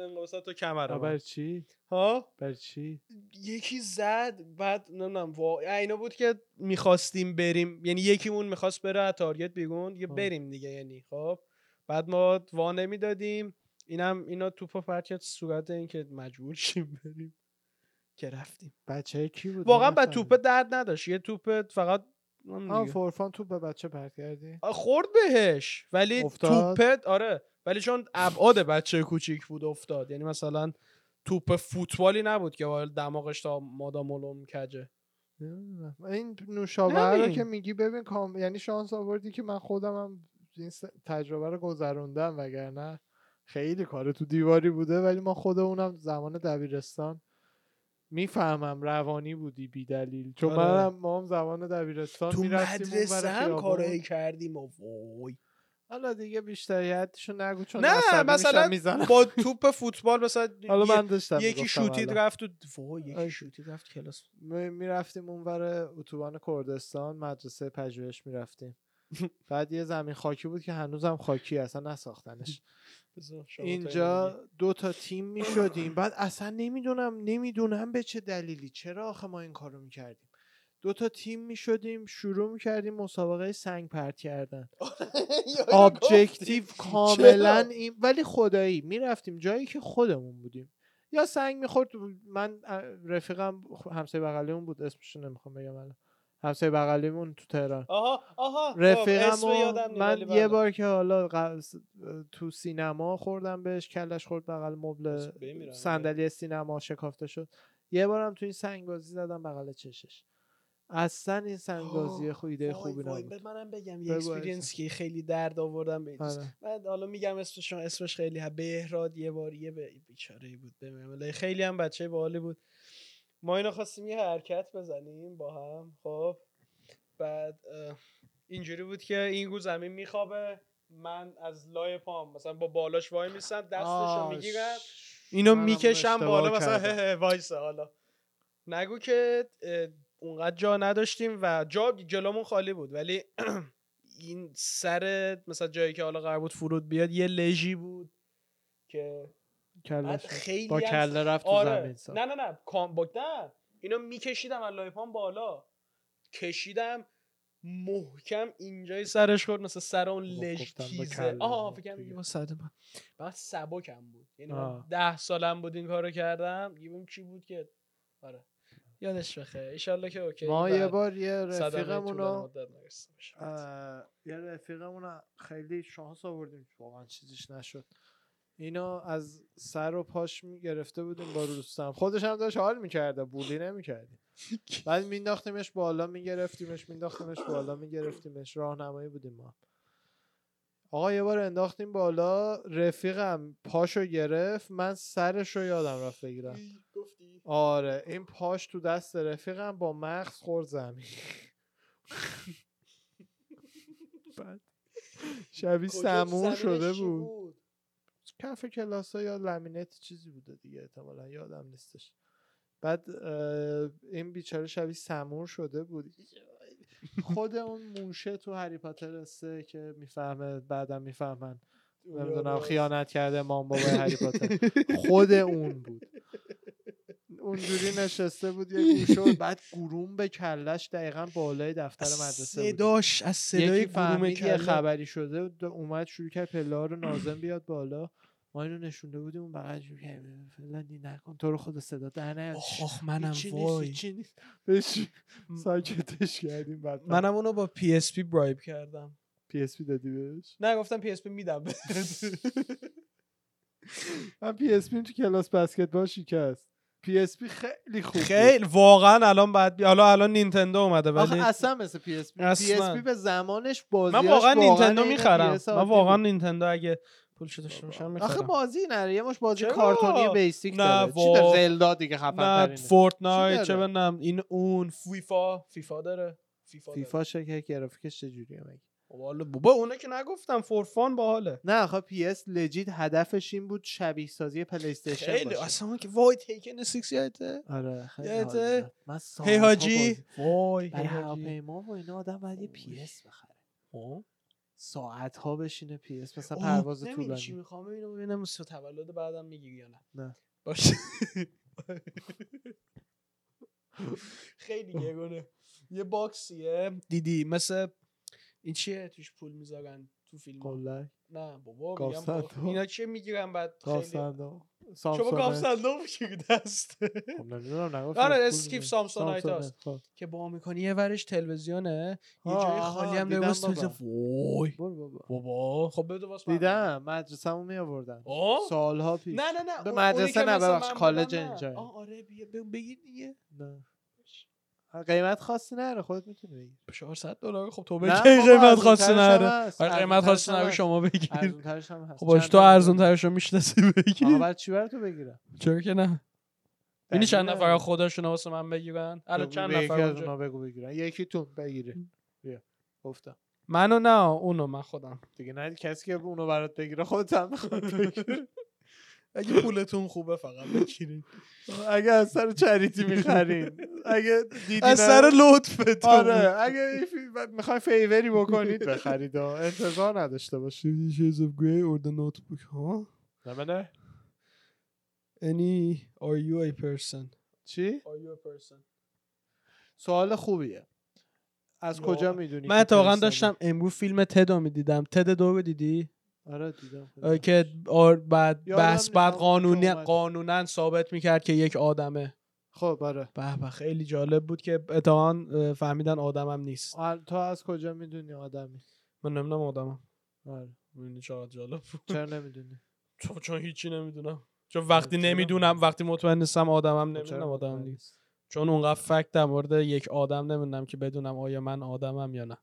انگار وسط تو کمرم آه، بر چی ها بر چی یکی زد بعد نمیدونم وا... اینا بود که میخواستیم بریم یعنی یکیمون میخواست بره از تارگت بیرون یه آه. بریم دیگه یعنی خب بعد ما وا نمیدادیم اینم اینا توپو پرت کرد صورت این که مجبور شیم بریم که رفتیم بچه کی بود واقعا خب، نمی‌فهمیدم. بعد توپ درد نداشت یه توپ فقط هم نمی‌دونم. فورفان توپ به بچه پرت کردی آه، خورد بهش ولی افتاد؟ توپت آره ولی چون ابعاد بچه کوچیک بود افتاد یعنی مثلا توپ فوتبالی نبود که وارد دماغش تا مادام علوم کجه نمی‌دونم. این نوشابه رو همین. که میگی ببین کام... یعنی شانس آوردی که من خودم هم این س- تجربه رو گذروندم وگرنه خیلی کار تو دیواری بوده ولی ما خودمونم زمان دبیرستان میفهمم روانی بودی بی دلیل چون آره. منم ما هم زمان دبیرستان تو می‌رفتیم اون ور مدرسه هم خیابون. کارایی کردیم و وای حالا دیگه بیشتری حدشو نگو چون نه مثلا میزنم با توپ فوتبال مثلا حالا یه- من داشتم یکی می‌گفتم شوتید الان. رفت و وای یکی آره. شوتید رفت کلاس می- میرفتیم اونور اتوبان کردستان مدرسه پژوهش میرفتیم بعد یه زمین خاکی بود که هنوزم خاکی اصلا نساختنش بذار شما تا *laughs* اینجا دو تا تیم میشدیم بعد اصلا نمیدونم نمیدونم به چه دلیلی چرا آخه ما این کارو میکردیم دو تا تیم میشدیم شروع میکردیم مسابقه سنگ پرت کردن اینو گفتی. ابجکتیو *laughs* چرا؟ کاملا این ولی خدایی میرفتیم جایی که خودمون بودیم یا سنگ میخورد من اه، رفیقم خ- همسایه بغلیمون بود اسمشو نمیخوام بگم الان همسایه بغلیمون تو تهران آها آها خب، رفیقم اسم یادم و نی، من ولی یه بله. بار که حالا ق- س- تو سینما خوردم بهش کلش خورد بغل مبل بمیرم. صندلی سینما شکافته شد یه بارم تو این سنگ بازی زدم بغل چشش اصلا این سنگ *gasps* بازی خو- ایده وای، خوبی وای، نبود به منم بگم یه بگو اکسپیرینس عزیزم. که خیلی درد آوردم به این دوست. آره. من حالا میگم اسمش اسمش خیلی ها بهراد یه بار یه به بیچاره بود به ممله. خیلی هم بچه باحالی بود ما اینو خواستیم یه حرکت بزنیم با هم خب بعد اه، اینجوری بود که این گو زمین میخوابه من از لای پام مثلا با بالاش وای میسم دستشو آش. میگیرم اینو منم میکشم اشتباه بالا مثلا کردم. هه هه وایسه حالا نگو که اه، اونقدر جا نداشتیم و جا جلومون خالی بود ولی *clears throat* این سر مثلا جایی که حالا قرار بود فرود بیاد یه لژی بود که بعد *laughs* کلش خورد. خیلی با هم- کله رفت تو زمین آره سا. نه نه نه کامباک نه اینو میکشیدم از لای پام بالا کشیدم محکم اینجای سرش خورد مثل سر اون خب، لژ گفتم به تیزه کله آها بود فکر دیگه. کنم سر من بعد سبکم بود یعنی من آه. ده سالم بود این کارو کردم یه اون کی بود که آره یادش بخیر ان که اوکی ما یه بعد بار یه صدمه رفیقمون طولانی رو مدت نرسیده باشه. اه، یه رفیقمون رو خیلی شانس آوردیم واقعا چیزیش نشد اینو از سر و پاش می- گرفته بودیم با روستم خودش هم داشت حال میکرده بولی نمیکردیم بعد مینداختیمش بالا میگرفتیمش مینداختیمش بالا میگرفتیمش راهنمایی بودیم ما آقا یه بار انداختیم بالا رفیقم پاشو گرفت من سرش رو یادم رفت بگیرم ای، گفتی آره این پاش تو دست رفیقم با مغز خورد زمین بعد شبیه کجا سمون زمینش شده چی بود کف کلاس یا لامینت چیزی بوده دیگه احتمالا یادم نیستش بعد اه، این بیچاره شبیه سمور شده بود خود اون موشه تو هری پاتر سه که میفهمه بعدم میفهمن نمیدونم خیانت کرده مام بابا هری *laughs* پاتر خود اون بود اونجوری نشسته بود یه گوشه و بعد گروم به کلش دقیقا بالای دفتر از مدرسه بود صداش از صدای یکی گروم فهمید یه کله خبری شده د- اومد شروع کرد پله رو نازم بیاد بالا ما اینو نشونده بودیم اون بغل شروع کرد فلانی نکن تو رو خود صدا در نیار آخ منم هیچی نیست، وای هیچی نیست. بهش ساکتش کردیم بعد منم اونو با پی اس پی برایب کردم پی اس پی دادی بهش نه گفتم پی اس پی میدم بهت. من پی اس پی تو کلاس بسکتبال شکست پی اس پی خیلی خوب بود. *laughs* خیلی واقعا الان بعد حالا الان نینتندو اومده آخه ولی اصلا مثل پی اس پی پی اس اصلا. پی به زمانش بازی من واقعا نینتندو میخرم من واقعا نینتندو اگه پولش داشته باشم خب، آخه میخرم بازی نره یه مش بازی چرا؟ کارتونی بیسیک نه، داره چی وا- داره زلدا دیگه نه خفن فورتنایت چی چه داره؟ بنم این اون فیفا فیفا داره فیفا داره. فیفا شرکت گرافیکش چجوریه مگه والا بابا اونه که نگفتم فورفان باحاله نه آخه پی اس لجیت هدفش این بود شبیه سازی پلی استیشن خیلی باشه. اصلا اون که وای تیکن سیکس یادته آره خیلی یادته؟ حال داد. من هی سال‌ها حاجی بازی- وای برای هواپیما و اینا آدم باید یه پی اس بخره خب. ساعت ها بشینه پی اس مثلا پرواز چی طولانی میخوام ببینم ببینم سو تولد بعدم میگی یا نه نه. باشه خیلی گگونه یه باکسیه دیدی مثل این چیه توش پول میذارن تو فیلم قلعه نه بابا میگم گاوصندوق. خب، باکس. اینا چه میگیرن بعد خیلی گاوصندوق شما گاف سامسونایت صندوق بگیر دسته خب نمیدونم نگفت آره پول اسکیپ می‌ده. سامسونایت هاست سامسونایت، خب. که با میکنی یه ورش تلویزیونه یه آه، جای آها، خالی هم دیدم نبست بابا. تلویزیون وای برو بابا بابا خب بده واسه من. دیدم مدرسه‌مو می آوردن آه سالها پیش خب. نه نه نه به اون- اونی مدرسه که نه، مثل ببخش، من بودم کالج نه. اینجا. آه، آره بیا ب- بگیر دیگه نه. آره، قیمت خاصی نره خودت میتونی بگیری 400 دلار خب تو نه بگیر بابا، قیمت ارزون‌ترش خاصی هم نره هست. آره قیمت ارزون‌ترش خاصی هم نره هست. شما بگیر ارزون‌ترش هم هست خب باش چند تو تا ارزون ترشو میشناسی آقا بگیر برای چی برای تو بگیرم چرا که نه ببین چند دلیل نفر نداره. خودشون واسه من بگیرن الان بگو چند به نفر یکی از اونجا اونا بگو بگیرن یکی تو بگیره بیا گفتم منو نه اونو من خودم دیگه نه کسی که اونو برات بگیره خودت هم بخواد *laughs* بگیری. اگه پولتون خوبه فقط *laughs* بگیرید اگه از سر چریتی میخرین اگه دیدی از نه- سر لطفتون آره اگه میخوای فیوری بکنید بخرید ها. انتظار نداشته باشید Shades of Grey or the Notebook ها نه من نه Any are you a person چی Are you a person سوال خوبیه از کجا واقعا. میدونی من اتفاقا داشتم امروز فیلم تد رو میدیدم تد دو رو دیدی آره دیدم آه، که آر- بعد یادم بس نیست بعد همون که قانونی اومد. قانونا ثابت میکرد که یک آدمه خب آره به به خیلی جالب بود که اتفاقا اه، فهمیدن آدمم نیست آ، تو از کجا میدونی آدمی من نمیدونم آدمم آره ببینی چقدر جالب چرا نمیدونی *laughs* چون چون هیچی نمیدونم چون وقتی چرا؟ نمیدونم وقتی مطمئن نیستم آدمم خب چرا نمیدونم آدمم مطمئن نیست نیست؟ چون اونقدر فکت در مورد یک آدم نمیدونم که بدونم آیا من آدمم یا نه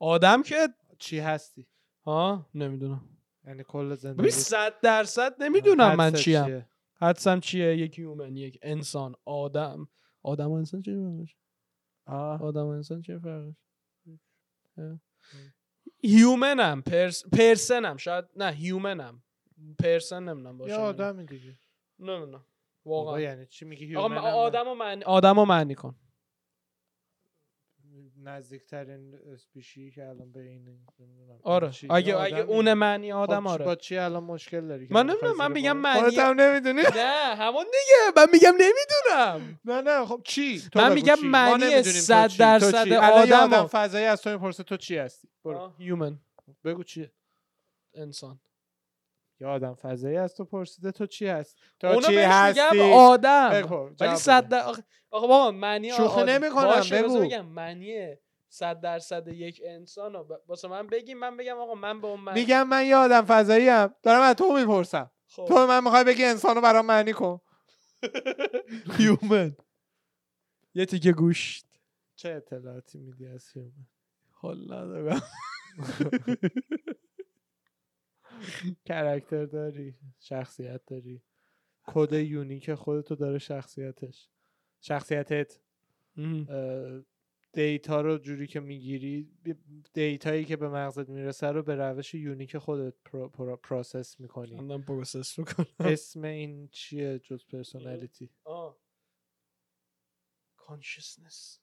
آدم که چی هستی ها نمیدونم یعنی کل زندگی ببین صد درصد نمیدونم من حدست چیم حدسم چیه یک هیومن یک انسان آدم آدم و انسان چه فرقش آه. آدم و انسان چه فرقش اه. هیومنم پرس... پرسنم شاید نه هیومنم پرسن نمیدونم باشه یه آدمی دیگه نمیدونم بابا واقعا یعنی چی میگی آقا من- هیومنم؟ آدم و معنی آدم و معنی کن نزدیکترین اسپیشی که الان به این نمیدونم آره چی؟ یه اگه اگه آدمی. اون معنی خب آدم چی- با آره چی الان مشکل داری که من نمیخوای نمی‌دونم، من زیر میگم بار- خودت معنی- هم نمیدونی نه همون دیگه من میگم نمیدونم نه نه خب چی تو من بگو میگم چی؟ ما معنی نمی‌دونیم تو صد چی؟ تو درصد چی؟ الان یه آدمو. آدم فضایی از تو میپرسه تو چی هستی برو هیومن بگو چی انسان یه آدم فضایی از تو پرسیده تو چی هست تو اونو چی بهش هستی خب، میگم آدم بگو، جواب ولی بده. صد در... آخه آخه بابا معنی آ- شوخی آدم. نمی‌کنم، باشه، بذار بگو. بگم معنی صد درصد یک انسان رو ب- واسه من بگی من بگم آقا من به اون معنی میگم من یه آدم فضایی ام دارم از تو میپرسم خب. تو به من میخوای بگی انسانو برام معنی *laughs* کن هیومن یه تیکه گوشت چه اطلاعاتی میدی از هیومن حال ندارم کرکتر داری شخصیت داری کد یونیک خودتو داره شخصیتش شخصیتت اه، دیتا رو جوری که میگیری دیتایی که به مغزت میرسه رو به روش یونیک خودت پرا- پرا- پراسس *laughs* میکنی اندم پروسس رو کن اسم این چیه جز پرسونالیتی کانشسنس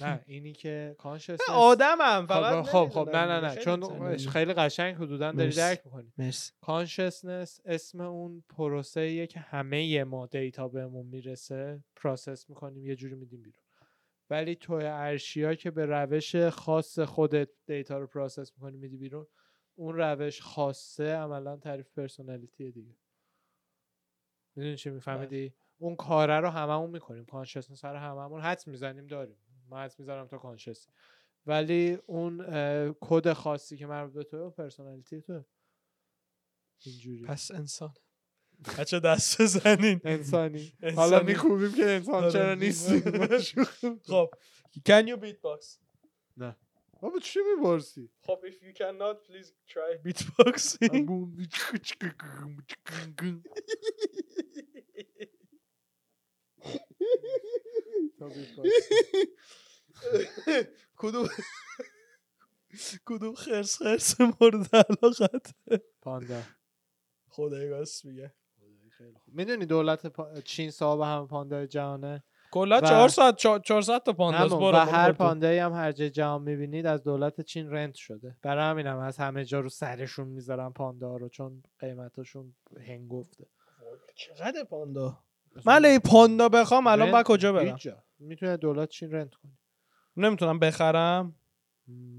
نه اینی که کانشس آدمم خب فقط خب خب نه نه نه خیلی چون انسانی. خیلی قشنگ حدودا داری مرسی. درک میکنی مرسی کانشسنس اسم اون پروسه که همه ما دیتا بهمون میرسه پراسس میکنیم یه جوری میدیم بیرون ولی توی ارشیا که به روش خاص خودت دیتا رو پراسس میکنی میدی بیرون اون روش خاصه عملا تعریف پرسونالیتی دیگه میدونی چی میفهمیدی اون کاره رو هممون میکنیم کانشسنس رو هممون حدس میزنیم داریم من حدس میزنم تو کانشس ولی اون اه، کد خاصی که مربوط به تو پرسونالیتی تو اینجوری پس انسان بچه دست بزنین *laughs* انسانی حالا انسانی. میکوبیم که انسان آره. چرا نیست *laughs* خب can you beatbox بابا چی *laughs* میبرسی خب if you cannot please try beatboxing کدوم کدوم خرس خرس مورد علاقت *laughs* پاندا خدای راست میگه میدونی دولت پا- چین صاحب همه پاندای جهانه کلا و- چهار ساعت چهار چهار ساعت تا پانداز همون بارو و هر پاندایی هم هر جای جهان میبینید از دولت چین رنت شده برای همینم از همه جا رو سرشون میذارن پاندا رو چون قیمتاشون هنگفته چقدر پاندا من اگه پاندا بخوام الان رنت با کجا کن. برم هیچ جا. میتونه دولت چین رنت کنه نمیتونم بخرم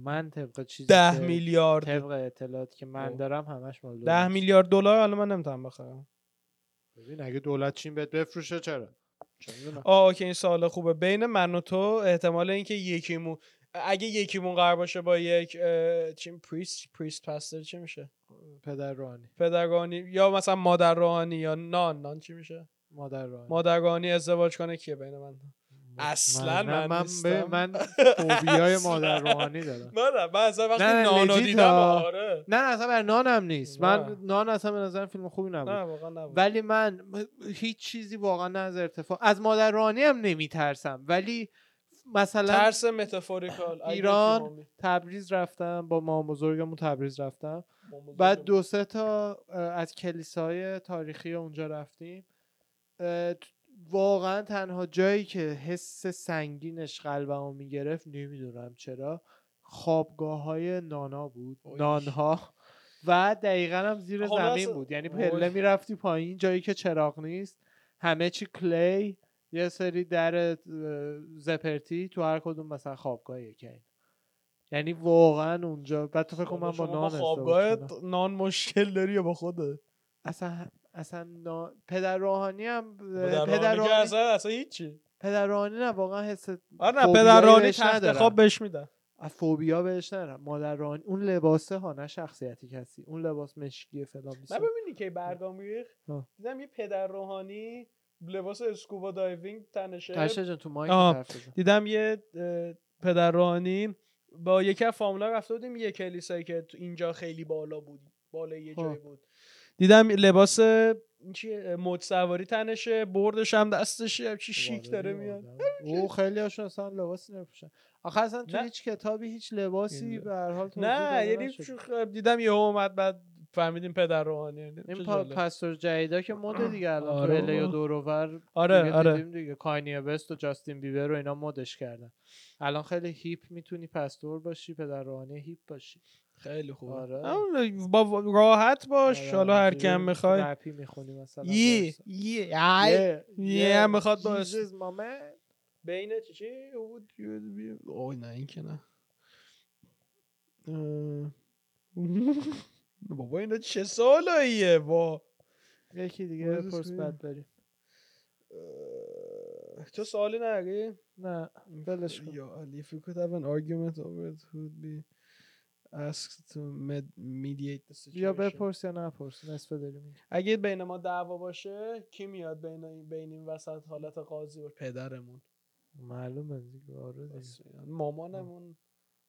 من طبق چیزی ده که- میلیارد طبق اطلاعاتی که من خب. دارم همش مال دولت ده میلیارد دلار حالا من نمیتونم بخرم ببین اگه دولت چین بهت بفروشه چرا چه می‌دونم. آه که این سال خوبه بین من و تو احتمال اینکه یکیمون اگه یکیمون قرار باشه با یک اه، چی پریست پریست پستر چی میشه پدر روحانی پدرگانی یا مثلا مادر روحانی یا نان نان چی میشه مادر روحانی مادرگانی ازدواج کنه کیه بین من اصلاً نه، من من نیستم. به- *laughs* من فوبیای اصلاً. مادر روحانی دارم من من اصلا وقتی نه، نه، نانو legit دیدم ها. آره نه اصلا بر نانم نیست نه. من نان اصلا به نظرم فیلم خوبی نه نبود واقعا نبود ولی من هیچ چیزی واقعا نه از ارتفاع از مادر روحانی هم نمیترسم ولی مثلا ترس متافوریکال اگه ایران، یکی مامی- تبریز رفتم با ما بزرگمون تبریز رفتم مامی بعد بزرگم. دو سه تا اه، از کلیسای تاریخی اونجا رفتیم اه، ت- واقعا تنها جایی که حس سنگینش قلبمو میگرفت نمیدونم چرا خوابگاه های نانا بود اوی. نانها و دقیقا هم زیر خب، راست- زمین بود یعنی وای. پله میرفتی پایین جایی که چراغ نیست همه چی کلی یه سری در اه، زپرتی تو هر کدوم مثلا خوابگاه یکی یعنی واقعا اونجا بعد تو فکر کن من با خدا، خب، شما نان ازدواج خوابگاه کنم. نان مشکل داری یا با خوده اصلا اصلا نا... پدر روحانی هم پدر پدر رانی که روحانی, اصلا اصلا هیچی پدر روحانی نه واقعا حس آره نه فوبیایی پدر رانی بهش تخت ندارم. خواب بهش میدن از فوبیا بهش ندارم مادر روحانی اون لباسه ها نه شخصیتی کسی اون لباس مشکی فلان نه بیسار. ببینی که برگام ریخ آه. دیدم یه پدر روحانی لباس اسکوبا دایوینگ تنشه تشه جان تو مایک آها. حرف بزن. دیدم یه اه، پدر روحانی با یکی از فامیلا رفته بودیم یه کلیسایی که تو اینجا خیلی بالا بود بالا یه جایی آه. بود دیدم لباس این چیه موج سواری تنشه بردش هم دستشه چی شیک واقعی داره آدم. میاد او خیلی هاشون اصلا لباسی نپوشن آخه اصلا تو نه. هیچ کتابی هیچ لباسی این- به هر حال توضیح نه داده یعنی نشده. چون خب دیدم یهو اومد بعد فهمیدیم پدر روحانی چه این پا... جالب. پستور جدیدا که مد دیگه الان آره تو الی و بابا. دوروبر آره دیگه آره دیدیم دیگه کانیه وست و جاستین بیبر رو اینا مدش کردن الان خیلی هیپ میتونی پستور باشی پدر روحانی هیپ باشی خیلی خوبه آره. همون با با- راحت باش آره، حالا هر همینجوری کم میخوای رپی میخونی مثلا یه درس. یه آی. یه یه هم میخواد با اس- Jesus, my man. بین چی- چی بود اوه نه این که نه اه. *laughs* بابا اینا چه سالاییه با یکی دیگه What is بپرس this بعد بریم اه، تو سوالی نری نه ولش کن Yeah, and if you could have an argument over it, who would be asked to med- mediate the یا situation? بپرس یا نپرس نصفه داریم اگه بین ما دعوا باشه کی میاد بین این بین این وسط حالت قاضی باشه پدرمون معلومه دیگه آره دیگه. راست میگن. مامانمون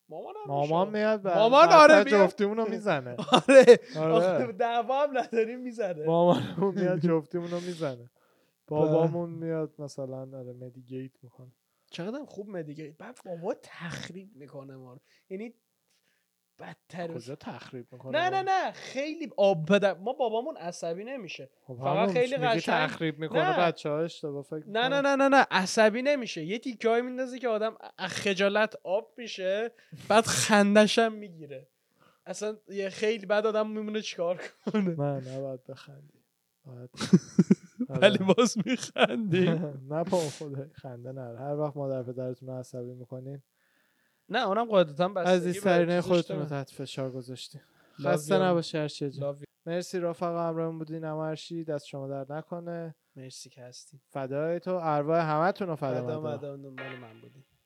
مامانم مامان میشه. میاد بعد مامان آره میاد. جفتیمون رو میزنه *laughs* آره آخه آره دعوا هم نداریم میزنه مامانمون *laughs* میاد جفتیمون رو میزنه بابامون میاد مثلا آره مدیگیت میکنه چقدر خوب مدیگه بعد بابا تخریب میکنه ما رو. یعنی بدتر کجا تخریب میکنه نه نه نه خیلی آب پدر ما بابامون عصبی نمیشه فقط خیلی قشنگ- خب تخریب میکنه نه. بچه ها اشتباه فکر نه نه نه نه نه عصبی نمیشه یه تیکه هایی میندازه که آدم از خجالت آب میشه بعد خندشم میگیره اصلا یه خیلی بعد آدم میمونه چیکار کنه نه نه باید بخندی باید- *laughs* ولی آره. باز میخندی *laughs* نه با خود خنده نه هر وقت مادر پدرتون رو عصبی میکنین نه اونم قاعدتا بس عزیزترین خودتون رو تحت فشار گذاشتیم خسته نباشی هر چیه جان. مرسی رفقا همراهمون بودین امرشی دست شما در نکنه مرسی که هستی فدای تو ارواح همتون رو فدا بعد مدام. آمدم دنبال من بودی